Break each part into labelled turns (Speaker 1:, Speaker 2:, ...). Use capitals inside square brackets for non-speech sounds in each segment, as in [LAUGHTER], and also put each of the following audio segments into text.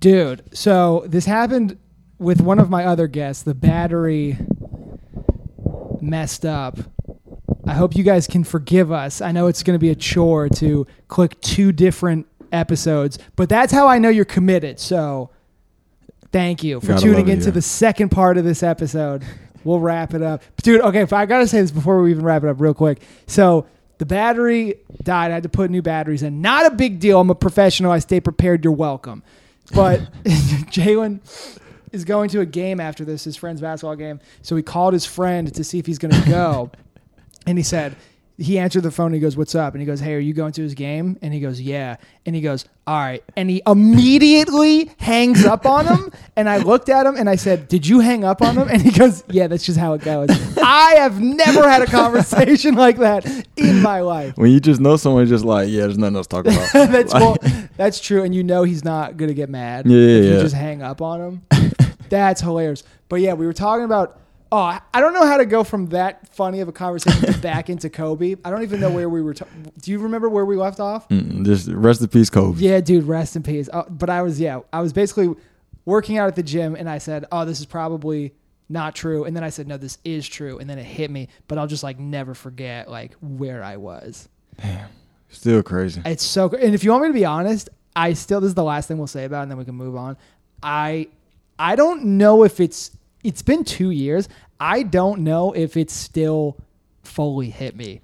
Speaker 1: Dude, so this happened with one of my other guests. The battery messed up. I hope you guys can forgive us. I know it's going to be a chore to click two different episodes, but that's how I know you're committed. So thank you for
Speaker 2: Gotta
Speaker 1: tuning
Speaker 2: love it
Speaker 1: into
Speaker 2: here.
Speaker 1: the second part of this episode. We'll wrap it up. Dude, okay, if I got to say this before we even wrap it up real quick. So the battery died. I had to put new batteries in. Not a big deal. I'm a professional. I stay prepared. You're welcome. But [LAUGHS] Jalen is going to a game after this, his friend's basketball game. So he called his friend to see if he's going to go. and he said, he answered the phone. And he goes, "What's up?" And he goes, "Hey, are you going to his game?" And he goes, "Yeah." And he goes, "All right." And he immediately hangs up on him. And I looked at him and I said, "Did you hang up on him?" And he goes, "Yeah, that's just how it goes." I have never had a conversation like that in my life.
Speaker 2: When you just know someone, just like, yeah, there's nothing else to talk
Speaker 1: [LAUGHS]
Speaker 2: about.
Speaker 1: that's
Speaker 2: Like,
Speaker 1: well, that's true, and you know he's not gonna get mad
Speaker 2: Yeah, yeah,
Speaker 1: if you
Speaker 2: yeah.
Speaker 1: just hang up on him. that's hilarious. But yeah, we were talking about. Oh, I- I don't know how to go from that funny of a conversation to back into Kobe. I don't even know where we were. ta- Do you remember where we left off?
Speaker 2: mm, just rest in peace, Kobe.
Speaker 1: Yeah, dude, rest in peace. Oh, but I was, yeah, I was basically working out at the gym and I said, oh, this is probably not true. And then I said, no, this is true. And then it hit me, but I'll just like never forget like where I was.
Speaker 2: Still crazy.
Speaker 1: It's so, cr- and if you want me to be honest, I still, this is the last thing we'll say about it and then we can move on. I, I don't know if it's, it's been two years. I don't know if it's still fully hit me.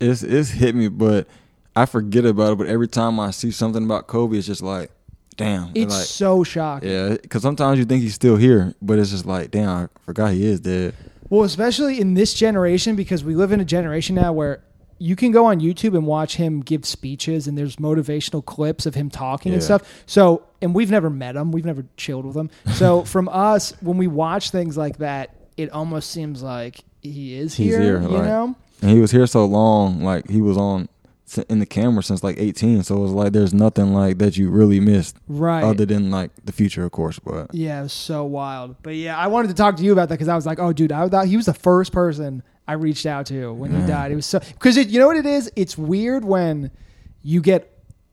Speaker 2: It's it's hit me, but I forget about it. But every time I see something about Kobe, it's just like, damn.
Speaker 1: It's
Speaker 2: like,
Speaker 1: so shocking.
Speaker 2: Yeah, because sometimes you think he's still here, but it's just like, damn, I forgot he is dead.
Speaker 1: Well, especially in this generation, because we live in a generation now where you can go on YouTube and watch him give speeches, and there's motivational clips of him talking and
Speaker 2: Yeah.
Speaker 1: stuff. So, and we've never met him, we've never chilled with him.
Speaker 2: [LAUGHS]
Speaker 1: So, from us, when we watch things like that, it almost seems like he is
Speaker 2: He's
Speaker 1: here.
Speaker 2: here,
Speaker 1: you
Speaker 2: like-
Speaker 1: know?
Speaker 2: And he was here so long, like he was on s- in the camera since like 18. So it's like there's nothing like that you really missed,
Speaker 1: Right.
Speaker 2: other than like the future, of course. But
Speaker 1: Yeah, it was so wild. But yeah, I wanted to talk to you about that because I was like, oh, dude, I thought he was the first person I reached out to when
Speaker 2: Mm.
Speaker 1: he died. It was so because you know what it is. It's weird when you get.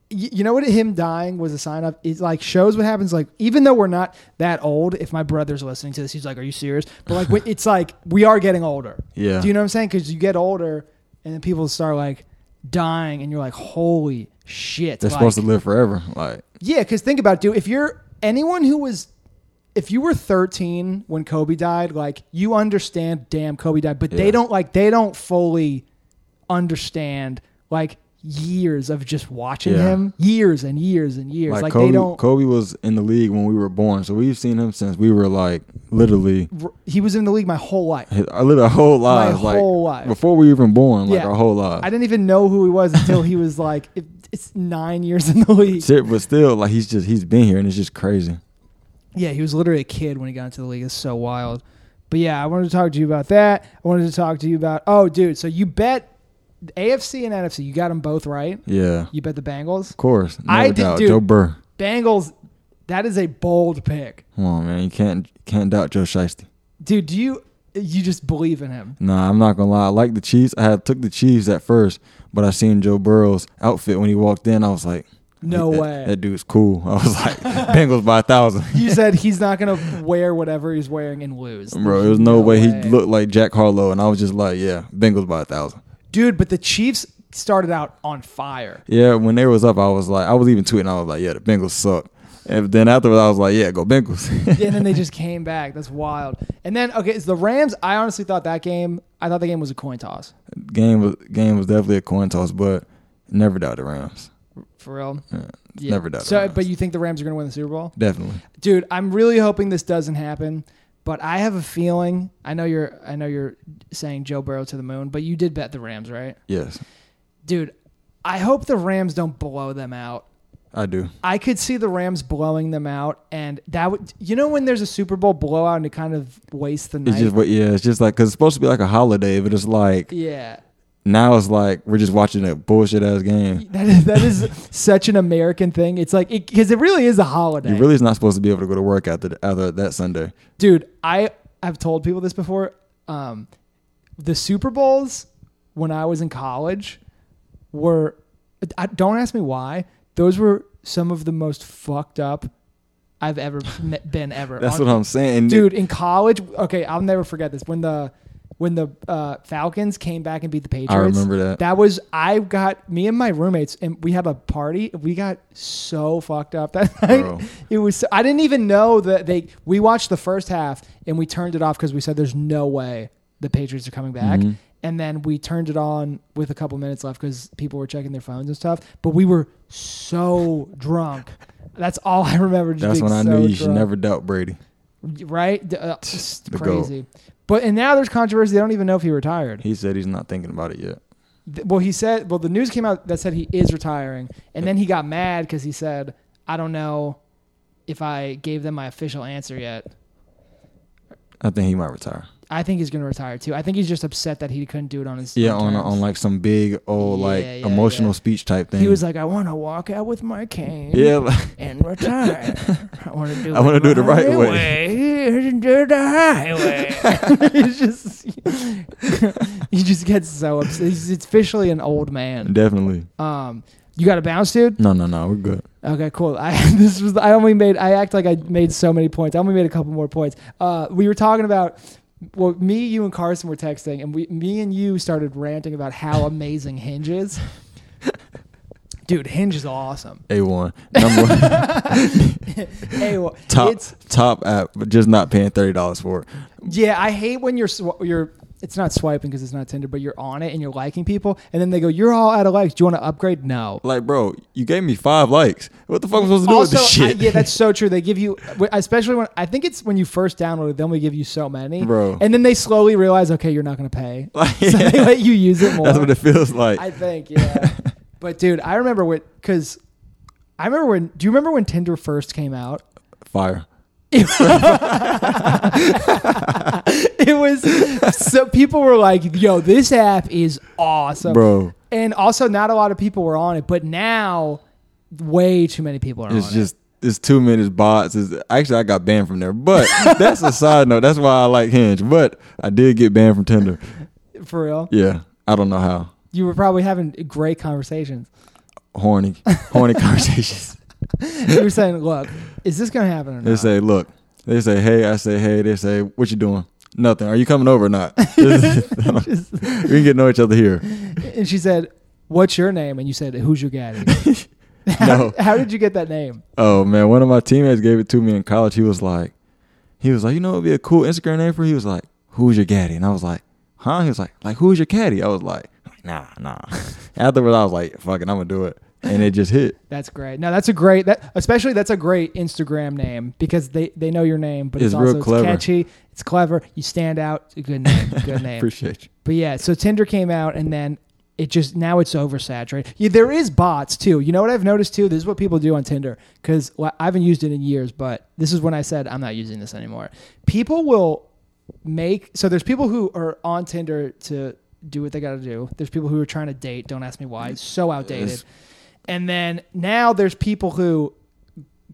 Speaker 1: y- You know what him dying was a sign of? It like shows what happens. Like even though we're not that old, if my brother's listening to this, he's like, "Are you serious?" But like when- it's like we are getting older.
Speaker 2: Yeah.
Speaker 1: Do you know what I'm saying? Because you get older, and then people start like dying, and you're like, "Holy shit!"
Speaker 2: they're
Speaker 1: like-
Speaker 2: supposed to live forever. Like,
Speaker 1: yeah, because think about it, dude. If you're anyone who was, if you were 13 when Kobe died, like you understand, damn, Kobe died, but they
Speaker 2: Yeah.
Speaker 1: don't like they don't fully understand like years of just watching
Speaker 2: Yeah.
Speaker 1: him, years and years and years. Like,
Speaker 2: like, Kobe,
Speaker 1: they don't.
Speaker 2: Kobe was in the league when we were born, so we've seen him since we were like literally
Speaker 1: he was in the league my whole life.
Speaker 2: his- I lived our whole
Speaker 1: My
Speaker 2: lives, like
Speaker 1: whole life.
Speaker 2: before we were even born, like
Speaker 1: Yeah.
Speaker 2: our whole lives.
Speaker 1: I didn't even know who he was until he was like, it, it's nine years in the league.
Speaker 2: Shit, but still, like he's just he's been here, and it's just crazy.
Speaker 1: Yeah, he was literally a kid when he got into the league. It's so wild. But yeah, I wanted to talk to you about that. I wanted to talk to you about oh, dude. So you bet the AFC and NFC. You got them both right.
Speaker 2: Yeah,
Speaker 1: You bet the Bengals.
Speaker 2: of course. No
Speaker 1: I did-
Speaker 2: doubt.
Speaker 1: dude.
Speaker 2: Joe Burr.
Speaker 1: Bengals. That is a bold pick,
Speaker 2: Come on, man. You can't can't doubt Joe Shiesty.
Speaker 1: dude. Do you you just believe in him?
Speaker 2: Nah, I'm not gonna lie. I like the Chiefs. I had took the Chiefs at first, but I seen Joe Burrow's outfit when he walked in. I was like, [LAUGHS]
Speaker 1: No
Speaker 2: that-
Speaker 1: way.
Speaker 2: That dude's cool. [LAUGHS] I was like, Bengals by a thousand.
Speaker 1: You said he's not gonna wear whatever he's wearing and lose,
Speaker 2: Bro, there's no, way. he looked like Jack Harlow, and I was just like, yeah, Bengals by a thousand.
Speaker 1: dude. But the Chiefs started out on fire.
Speaker 2: Yeah, when they was up, I was like, I was even tweeting. I was like, yeah, the Bengals suck. And then afterwards, I was like, yeah, go Bengals. [LAUGHS]
Speaker 1: and then they just came back. That's wild. And then okay, it's the Rams. I honestly thought that game. I thought the game was a coin toss.
Speaker 2: game was game was definitely a coin toss, but never doubt the Rams.
Speaker 1: For real.
Speaker 2: Yeah, Never doubt.
Speaker 1: So,
Speaker 2: the Rams.
Speaker 1: but you think the Rams are going to win the Super Bowl?
Speaker 2: definitely.
Speaker 1: Dude, I'm really hoping this doesn't happen, but I have a feeling. I know you're I know you're saying Joe Burrow to the moon, but you did bet the Rams, right?
Speaker 2: Yes,
Speaker 1: Dude, I hope the Rams don't blow them out.
Speaker 2: I do.
Speaker 1: I could see the Rams blowing them out and that would you know when there's a Super Bowl blowout and it kind of wastes the night.
Speaker 2: It's just what, yeah. It's just like because it's supposed to be like a holiday, but it's like
Speaker 1: yeah.
Speaker 2: now it's like we're just watching a bullshit ass game.
Speaker 1: [LAUGHS] That is that is such an American thing. It's like it, cuz it really is a holiday.
Speaker 2: You really is not supposed to be able to go to work after after that Sunday.
Speaker 1: dude i i've told people this before um the super bowls when i was in college were I, don't ask me why those were some of the most fucked up I've ever me- [LAUGHS] been ever.
Speaker 2: That's
Speaker 1: On-
Speaker 2: what I'm saying. And
Speaker 1: dude in college. Okay, I'll never forget this. When the when the uh, Falcons came back and beat the Patriots,
Speaker 2: I remember that.
Speaker 1: That was I got me and my roommates, and we had a party. We got so fucked up that [LAUGHS] night.
Speaker 2: Bro.
Speaker 1: It was I didn't even know that they. We watched the first half and we turned it off because we said there's no way the Patriots are coming back.
Speaker 2: Mm-hmm.
Speaker 1: And then we turned it on with a couple minutes left because people were checking their phones and stuff. But we were so drunk. That's all I remember. just
Speaker 2: That's
Speaker 1: being
Speaker 2: when I
Speaker 1: so
Speaker 2: knew you should
Speaker 1: drunk
Speaker 2: never doubt Brady.
Speaker 1: right? D- Uh, it's
Speaker 2: the
Speaker 1: crazy. But and now there's controversy. They don't even know if he retired.
Speaker 2: He said he's not thinking about it yet.
Speaker 1: Th- well, he said. Well, the news came out that said he is retiring, and then he got mad because he said, "I don't know if I gave them my official answer yet."
Speaker 2: I think he might retire.
Speaker 1: I think he's going to retire too. I think he's just upset that he couldn't do it on his
Speaker 2: Yeah,
Speaker 1: own
Speaker 2: on
Speaker 1: terms.
Speaker 2: on like some big old
Speaker 1: Yeah,
Speaker 2: like
Speaker 1: yeah,
Speaker 2: emotional
Speaker 1: yeah.
Speaker 2: speech type thing.
Speaker 1: He was like, "I want to walk out with my cane."
Speaker 2: yeah, like, [LAUGHS]
Speaker 1: And retire. I want to do.
Speaker 2: I wanna do it the
Speaker 1: my
Speaker 2: right way.
Speaker 1: way. [LAUGHS] Do it the highway. [LAUGHS] he's just, he just gets so upset. He's officially an old man.
Speaker 2: definitely.
Speaker 1: Um, you got a bounce, dude.
Speaker 2: No, no, no. We're good.
Speaker 1: Okay, cool. I [LAUGHS] this was I only made I act like I made so many points. I only made a couple more points. Uh, we were talking about well, me, you, and Carson were texting, and we, me, and you started ranting about how amazing Hinge is. Dude, Hinge is awesome.
Speaker 2: A one [LAUGHS] number one,
Speaker 1: Hey, well,
Speaker 2: top
Speaker 1: It's,
Speaker 2: top app, but just not paying thirty dollars for it.
Speaker 1: yeah, I hate when you're sw- you're. It's not swiping because it's not Tinder, but you're on it and you're liking people, and then they go, "You're all out of likes. Do you want to upgrade?" No.
Speaker 2: Like, bro, you gave me five likes. What the fuck am I supposed to do with this
Speaker 1: I-
Speaker 2: shit?
Speaker 1: yeah, that's so true. They give you, especially when I think it's when you first download it, they only give you so many,
Speaker 2: Bro.
Speaker 1: and then they slowly realize, okay, you're not going to pay,
Speaker 2: [LAUGHS] [LAUGHS] Like,
Speaker 1: so they let you use it more.
Speaker 2: That's what it feels like.
Speaker 1: I think,
Speaker 2: [LAUGHS]
Speaker 1: yeah. but dude, I remember when, because I remember when. Do you remember when Tinder first came
Speaker 2: [LAUGHS]
Speaker 1: out?
Speaker 2: Fire.
Speaker 1: It was so people were like, "Yo, this app is awesome,
Speaker 2: Bro.
Speaker 1: And also, not a lot of people were on it, but now, way too many people are
Speaker 2: It's
Speaker 1: on it.
Speaker 2: just it's two minutes bots. It's, actually, I got banned from there, but [LAUGHS] that's a side note. That's why I like Hinge, but I did get banned from Tinder.
Speaker 1: For real,
Speaker 2: Yeah, I don't know how
Speaker 1: you were probably having great conversations.
Speaker 2: horny,
Speaker 1: [LAUGHS]
Speaker 2: horny conversations.
Speaker 1: you were saying, look, is this going to happen or
Speaker 2: They
Speaker 1: not?
Speaker 2: say, look, they say, hey, I say, hey, they say, what you doing? Nothing. Are you coming over
Speaker 1: [LAUGHS]
Speaker 2: or not? [LAUGHS] we can get to know each other here.
Speaker 1: and she said, what's your name? And you said, who's your daddy?
Speaker 2: [LAUGHS] No.
Speaker 1: How did you get that name?
Speaker 2: Oh man, one of my teammates gave it to me in college. He was like, he was like, you know, it'd be a cool Instagram name for. you?" He was like, who's your caddy? And I was like, huh? He was like, like who's your caddy? I was like, nah, nah. [LAUGHS] Afterwards, I was like, fuck it, I'm gonna do it, and it just hit.
Speaker 1: That's great. No, that's a great that especially that's a great Instagram name because they they know your name, but it's,
Speaker 2: It's real
Speaker 1: also
Speaker 2: clever.
Speaker 1: It's catchy. It's clever. You stand out. It's a good name.
Speaker 2: [LAUGHS]
Speaker 1: Good name.
Speaker 2: Appreciate you.
Speaker 1: but yeah, so Tinder came out and then it just now it's oversaturated. Yeah, there is bots too. You know what I've noticed too? This is what people do on Tinder because I haven't used it in years, but this is when I said I'm not using this anymore. People will make so there's people who are on Tinder to do what they got to do. There's people who are trying to date. Don't ask me why. It's so outdated.
Speaker 2: It's-
Speaker 1: and then now there's people who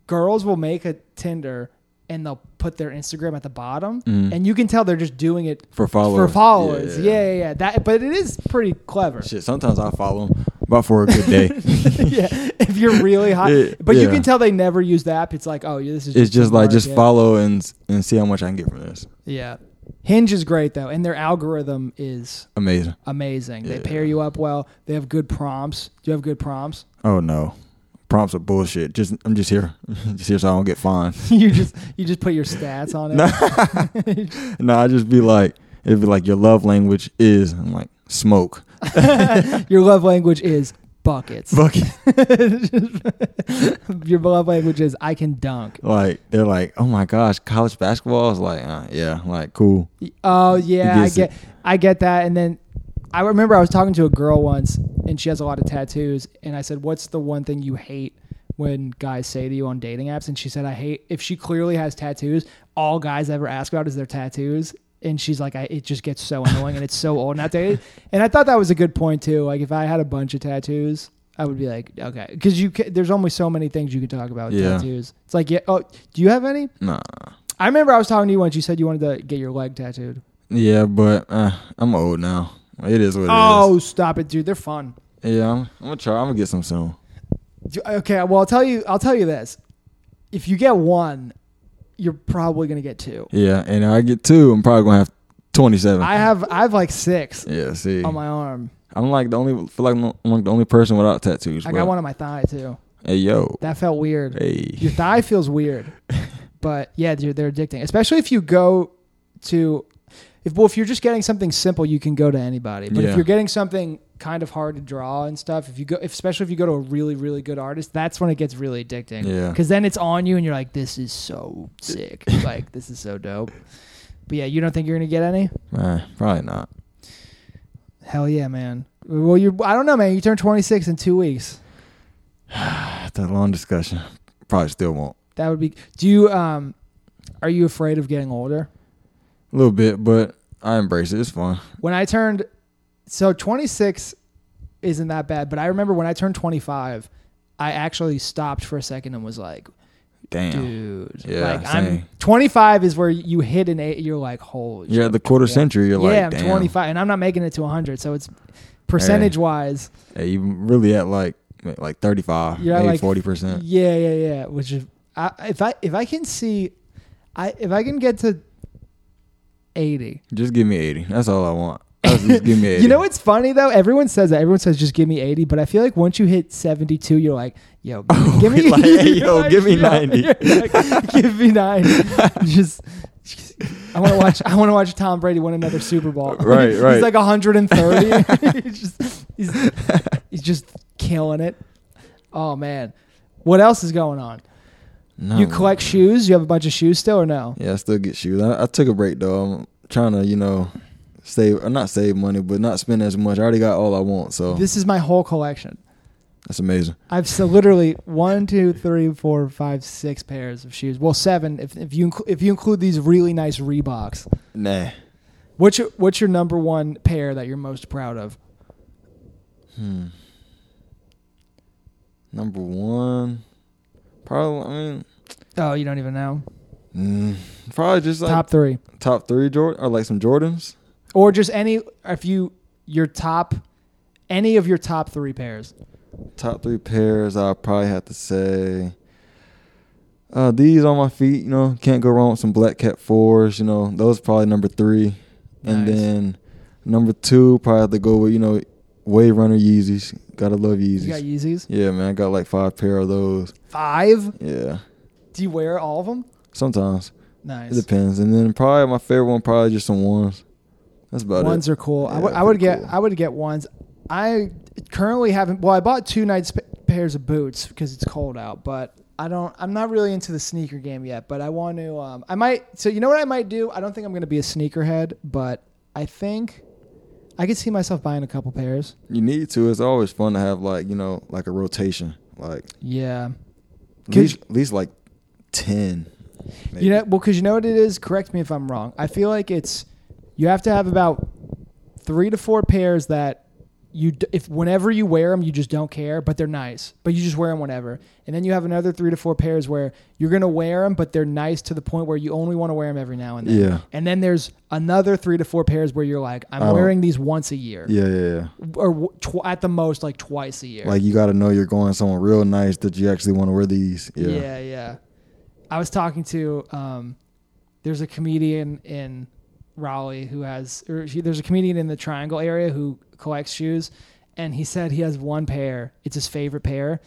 Speaker 1: girls will make a Tinder and they'll put their Instagram at the bottom, and you can tell they're just doing it
Speaker 2: For followers.
Speaker 1: for followers. Yeah, yeah, yeah. That, but it is pretty clever.
Speaker 2: Shit. Sometimes I follow him, but for a good day.
Speaker 1: [LAUGHS] yeah, if you're really hot,
Speaker 2: Yeah,
Speaker 1: but you
Speaker 2: yeah.
Speaker 1: can tell they never use the app. It's like, oh, yeah, this is.
Speaker 2: it's just
Speaker 1: for
Speaker 2: like just
Speaker 1: market.
Speaker 2: follow and and see how much I can get from this.
Speaker 1: Yeah, Hinge is great though, and their algorithm is
Speaker 2: Amazing.
Speaker 1: amazing. They
Speaker 2: Yeah.
Speaker 1: pair you up well. They have good prompts. Do you have good prompts? [LAUGHS]
Speaker 2: Oh no, prompts are bullshit. Just I'm just here, [LAUGHS] just here so I don't get fined. [LAUGHS]
Speaker 1: you just you just put your stats on it.
Speaker 2: No, I just be like, it'd be like your love language is I'm like smoke. [LAUGHS]
Speaker 1: your love language is buckets.
Speaker 2: Fuck it.
Speaker 1: [LAUGHS] your love language is I can dunk.
Speaker 2: Like they're like, oh my gosh, college basketball. I was like, uh, yeah, like cool.
Speaker 1: Oh yeah, I
Speaker 2: gets
Speaker 1: get
Speaker 2: it.
Speaker 1: I get that. And then I remember I was talking to a girl once and she has a lot of tattoos and I said, What's the one thing you hate when guys say to you on dating apps? And she said, I hate if she clearly has tattoos, all guys ever ask about is their tattoos. And she's like, I, it just gets so annoying and it's so old and outdated. And I thought that was a good point too. Like if I had a bunch of tattoos, I would be like, okay, because you ca there's only so many things you can talk about with
Speaker 2: Yeah.
Speaker 1: tattoos. It's like, yeah, oh, do you have any?
Speaker 2: Nah.
Speaker 1: I remember I was talking to you once. You said you wanted to get your leg tattooed.
Speaker 2: Yeah, but uh, I'm old now. It is what it is.
Speaker 1: Oh, stop it, dude. They're fun.
Speaker 2: Yeah, I'm, I'm gonna try. I'm gonna get some soon.
Speaker 1: Do- Okay, well, I'll tell you. I'll tell you this. if you get one, you're probably gonna get two.
Speaker 2: Yeah, and I get two, I'm probably gonna have twenty seven.
Speaker 1: I have I have like six
Speaker 2: Yeah, see,
Speaker 1: on Oh my arm.
Speaker 2: I'm like the only feel like I'm like the only person without tattoos.
Speaker 1: I
Speaker 2: bro.
Speaker 1: got one on my thigh too.
Speaker 2: Hey yo,
Speaker 1: That felt weird.
Speaker 2: hey,
Speaker 1: Your thigh feels
Speaker 2: [LAUGHS]
Speaker 1: weird, but yeah, dude, they're addicting. Especially if you go to, if well, if you're just getting something simple, you can go to anybody. But
Speaker 2: Yeah.
Speaker 1: if you're getting something kind of hard to draw and stuff, if you go, if, especially if you go to a really really good artist, that's when it gets really addicting.
Speaker 2: Yeah.
Speaker 1: Because then it's on you, and you're like, this is so sick. like this is so dope. But yeah, you don't think you're gonna get any?
Speaker 2: man, probably not.
Speaker 1: Hell yeah, man. Well, you I don't know, man. You turn 26 in two weeks.
Speaker 2: After a long discussion, probably still won't.
Speaker 1: That would be. Do you um, are you afraid of getting older?
Speaker 2: A little bit, but I embrace it. It's fun.
Speaker 1: When I turned, so 26 isn't that bad, but I remember when I turned 25, I actually stopped for a second and was like,
Speaker 2: Damn,
Speaker 1: dude,
Speaker 2: Yeah,
Speaker 1: like
Speaker 2: same.
Speaker 1: I'm 25 is where you hit an eight. You're like, holy.
Speaker 2: you're
Speaker 1: shit.
Speaker 2: at the quarter
Speaker 1: Yeah.
Speaker 2: century. You're
Speaker 1: yeah,
Speaker 2: like,
Speaker 1: I'm
Speaker 2: damn.
Speaker 1: 25, and I'm not making it to 100, so it's percentage wise.
Speaker 2: Hey, you really at like like 35,
Speaker 1: You're at,
Speaker 2: maybe
Speaker 1: like,
Speaker 2: 40 percent.
Speaker 1: Yeah, yeah, yeah. Which is, I, if I if I can see, I if I can get to eighty.
Speaker 2: Just give me 80. That's all
Speaker 1: [LAUGHS]
Speaker 2: I want. That's- just give me 80.
Speaker 1: You know what's funny though? Everyone says that. Everyone says just give me eighty, but I feel like once you hit seventy-two, you're like, yo, give,
Speaker 2: [LAUGHS] Oh,
Speaker 1: give me,
Speaker 2: like, hey,
Speaker 1: you're [LAUGHS]
Speaker 2: yo, give me 90.
Speaker 1: you're like, give me
Speaker 2: [LAUGHS]
Speaker 1: ninety. just. just- I want to watch. I want to watch Tom Brady win another Super Bowl.
Speaker 2: [LAUGHS] Right,
Speaker 1: [LAUGHS]
Speaker 2: right.
Speaker 1: he's like
Speaker 2: [LAUGHS]
Speaker 1: 130. [LAUGHS] he's, just, he's, he's just killing it. Oh man, what else is going on?
Speaker 2: No,
Speaker 1: you
Speaker 2: man.
Speaker 1: collect shoes? You have a bunch of shoes still, or no?
Speaker 2: Yeah, I still get shoes. I, I took a break though. I'm trying to, you know, save or not save money, but not spend as much. I already got all I want, so
Speaker 1: This is my whole collection.
Speaker 2: that's amazing.
Speaker 1: I've so literally one, two, three, four, five, six pairs of shoes. Well, seven if, if you inclu- if you include these really nice Reeboks.
Speaker 2: Nah.
Speaker 1: What's your what's your number one pair that you're most proud of?
Speaker 2: Hmm. Number one, probably. I mean,
Speaker 1: Oh, you don't even know.
Speaker 2: mm, probably just like
Speaker 1: top
Speaker 2: top,
Speaker 1: three,
Speaker 2: three Jordan or like some Jordans.
Speaker 1: or just any if you your top any of your top three pairs.
Speaker 2: Top three pairs. I probably have to say. Uh, these on my feet, you know, can't go wrong with some black cat fours, you know, those probably number three. And
Speaker 1: Nice.
Speaker 2: then number two, probably have to go with, you know, Wave Runner Yeezys. Gotta love Yeezys.
Speaker 1: You got Yeezys.
Speaker 2: yeah, man, I got like five pair of those.
Speaker 1: Five.
Speaker 2: Yeah.
Speaker 1: Do you wear all of them?
Speaker 2: Sometimes.
Speaker 1: Nice.
Speaker 2: It depends. And then probably my favorite one, probably just some ones. That's about
Speaker 1: ones
Speaker 2: it.
Speaker 1: are cool. I
Speaker 2: Yeah,
Speaker 1: would- I would
Speaker 2: pretty
Speaker 1: get
Speaker 2: cool.
Speaker 1: I would get ones. I currently haven't. Well, I bought two nights pa- pairs of boots because it's cold out, but. I don't. I'm not really into the sneaker game yet, but I want to. Um, I might. So you know what I might do? I don't think I'm going to be a sneakerhead, but I think I could see myself buying a couple pairs.
Speaker 2: You need to. It's always fun to have like, you know, like a rotation. Like
Speaker 1: Yeah.
Speaker 2: at
Speaker 1: Could
Speaker 2: least, at least like ten. maybe.
Speaker 1: You know, well, because you know what it is. Correct me if I'm wrong. I feel like it's you have to have about three to four pairs that you d- if whenever you wear them you just don't care, but they're nice, but you just wear them whenever. And then you have another three to four pairs where you're gonna wear them, but they're nice to the point where you only want to wear them every now and then.
Speaker 2: Yeah.
Speaker 1: And then there's another three to four pairs where you're like, I'm
Speaker 2: I don't-
Speaker 1: wearing these once a year,
Speaker 2: Yeah, yeah, yeah.
Speaker 1: or w- tw- at the most like twice a year.
Speaker 2: Like you got to know you're going somewhere real nice that you actually want to wear these. Yeah.
Speaker 1: Yeah. yeah, I was talking to um, there's a comedian in Raleigh who has or he, there's a comedian in the Triangle area who collects shoes, and he said he has one pair. It's his favorite pair.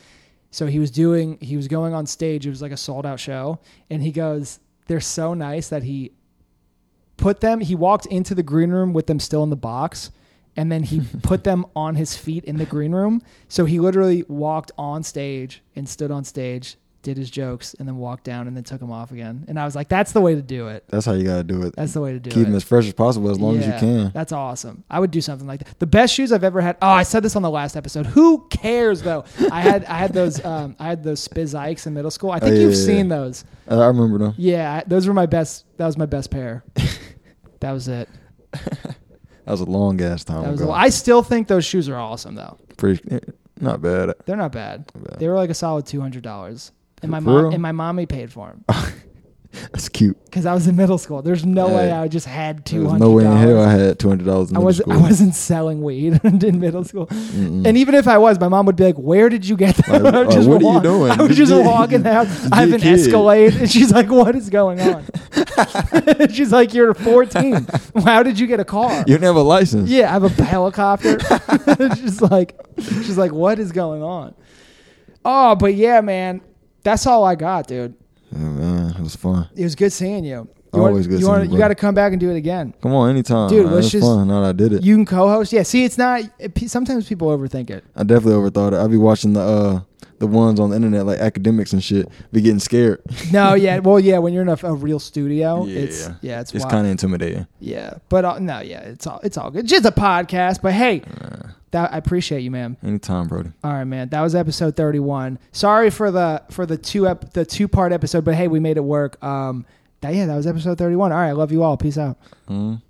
Speaker 1: So he was doing he was going on stage. It was like a sold out show, and he goes, "They're so nice that he put them. He walked into the green room with them still in the box." And then
Speaker 2: [LAUGHS]
Speaker 1: he put them on his feet in the green room. So he literally walked on stage and stood on stage, did his jokes, and then walked down and then took them off again. And I was like, that's the way to do it.
Speaker 2: That's how you got to do it.
Speaker 1: That's the way to do
Speaker 2: Keep
Speaker 1: it.
Speaker 2: them as fresh as possible as long as you
Speaker 1: Yeah,
Speaker 2: can.
Speaker 1: That's awesome. I would do something like that. The best shoes I've ever had. Oh, I said this on the last episode. Who cares though? I had I had those um, I had those Spizikes in middle school. I think
Speaker 2: Oh, yeah,
Speaker 1: you've
Speaker 2: yeah,
Speaker 1: seen
Speaker 2: yeah.
Speaker 1: those.
Speaker 2: Uh, I remember them.
Speaker 1: Yeah, I- those were my best. That was my best
Speaker 2: [LAUGHS]
Speaker 1: pair. that was it.
Speaker 2: That was a long ass time
Speaker 1: That was.
Speaker 2: ago.
Speaker 1: I still think those shoes are awesome though.
Speaker 2: Pretty, eh, not bad.
Speaker 1: They're not bad.
Speaker 2: Not bad.
Speaker 1: They were like a solid two hundred dollars, and my
Speaker 2: For
Speaker 1: mom
Speaker 2: real?
Speaker 1: and my mommy paid for them.
Speaker 2: That's cute.
Speaker 1: because I was in middle school. There's no way
Speaker 2: Yeah.
Speaker 1: I just had
Speaker 2: There
Speaker 1: two
Speaker 2: was
Speaker 1: hundred.
Speaker 2: no way in hell I had two hundred dollars in
Speaker 1: I
Speaker 2: middle
Speaker 1: was
Speaker 2: school.
Speaker 1: I wasn't selling weed [LAUGHS] in middle school.
Speaker 2: Mm-mm.
Speaker 1: And even if I was, my mom would be like, "Where did you get that?" [LAUGHS]
Speaker 2: Like,
Speaker 1: I was
Speaker 2: uh, what are you
Speaker 1: walk-
Speaker 2: doing?
Speaker 1: I was
Speaker 2: You
Speaker 1: just
Speaker 2: did-
Speaker 1: walking out.
Speaker 2: you
Speaker 1: I have an
Speaker 2: did kid.
Speaker 1: Escalade, and she's like, "What is going
Speaker 2: [LAUGHS]
Speaker 1: on?" [LAUGHS] she's like, "You're 14. How did you get a car?"
Speaker 2: you never licensed.
Speaker 1: yeah, I have a helicopter. [LAUGHS] she's like, she's like, "What is going on?" Oh, but yeah, man, that's all I got, dude.
Speaker 2: Oh, man, it was fun.
Speaker 1: It was good seeing you. You
Speaker 2: Always good
Speaker 1: you
Speaker 2: seeing you,
Speaker 1: you
Speaker 2: bro.
Speaker 1: got to come back and do it again.
Speaker 2: Come on, anytime,
Speaker 1: Dude,
Speaker 2: man.
Speaker 1: let's
Speaker 2: It was
Speaker 1: just-
Speaker 2: fun. Now that I did it,
Speaker 1: You can co-host. Yeah. See, it's not. It, pe- sometimes people overthink
Speaker 2: [LAUGHS]
Speaker 1: it.
Speaker 2: I definitely overthought it. I be watching the uh the ones on the internet like academics and shit. Be getting scared.
Speaker 1: No. Yeah. Well. Yeah. When you're in a, a real studio,
Speaker 2: Yeah.
Speaker 1: it's yeah. It's,
Speaker 2: It's
Speaker 1: wild.
Speaker 2: kind of intimidating.
Speaker 1: yeah. But uh, no. Yeah. It's all. It's all good. Just a podcast. But hey, that I appreciate you, man.
Speaker 2: Anytime, Brody.
Speaker 1: All right, man. That was episode 31. Sorry for the for the two ep- the two part episode, but hey, we made it work. Um. That, yeah. That was episode 31. All right. Love you all. Peace out.
Speaker 2: Mm.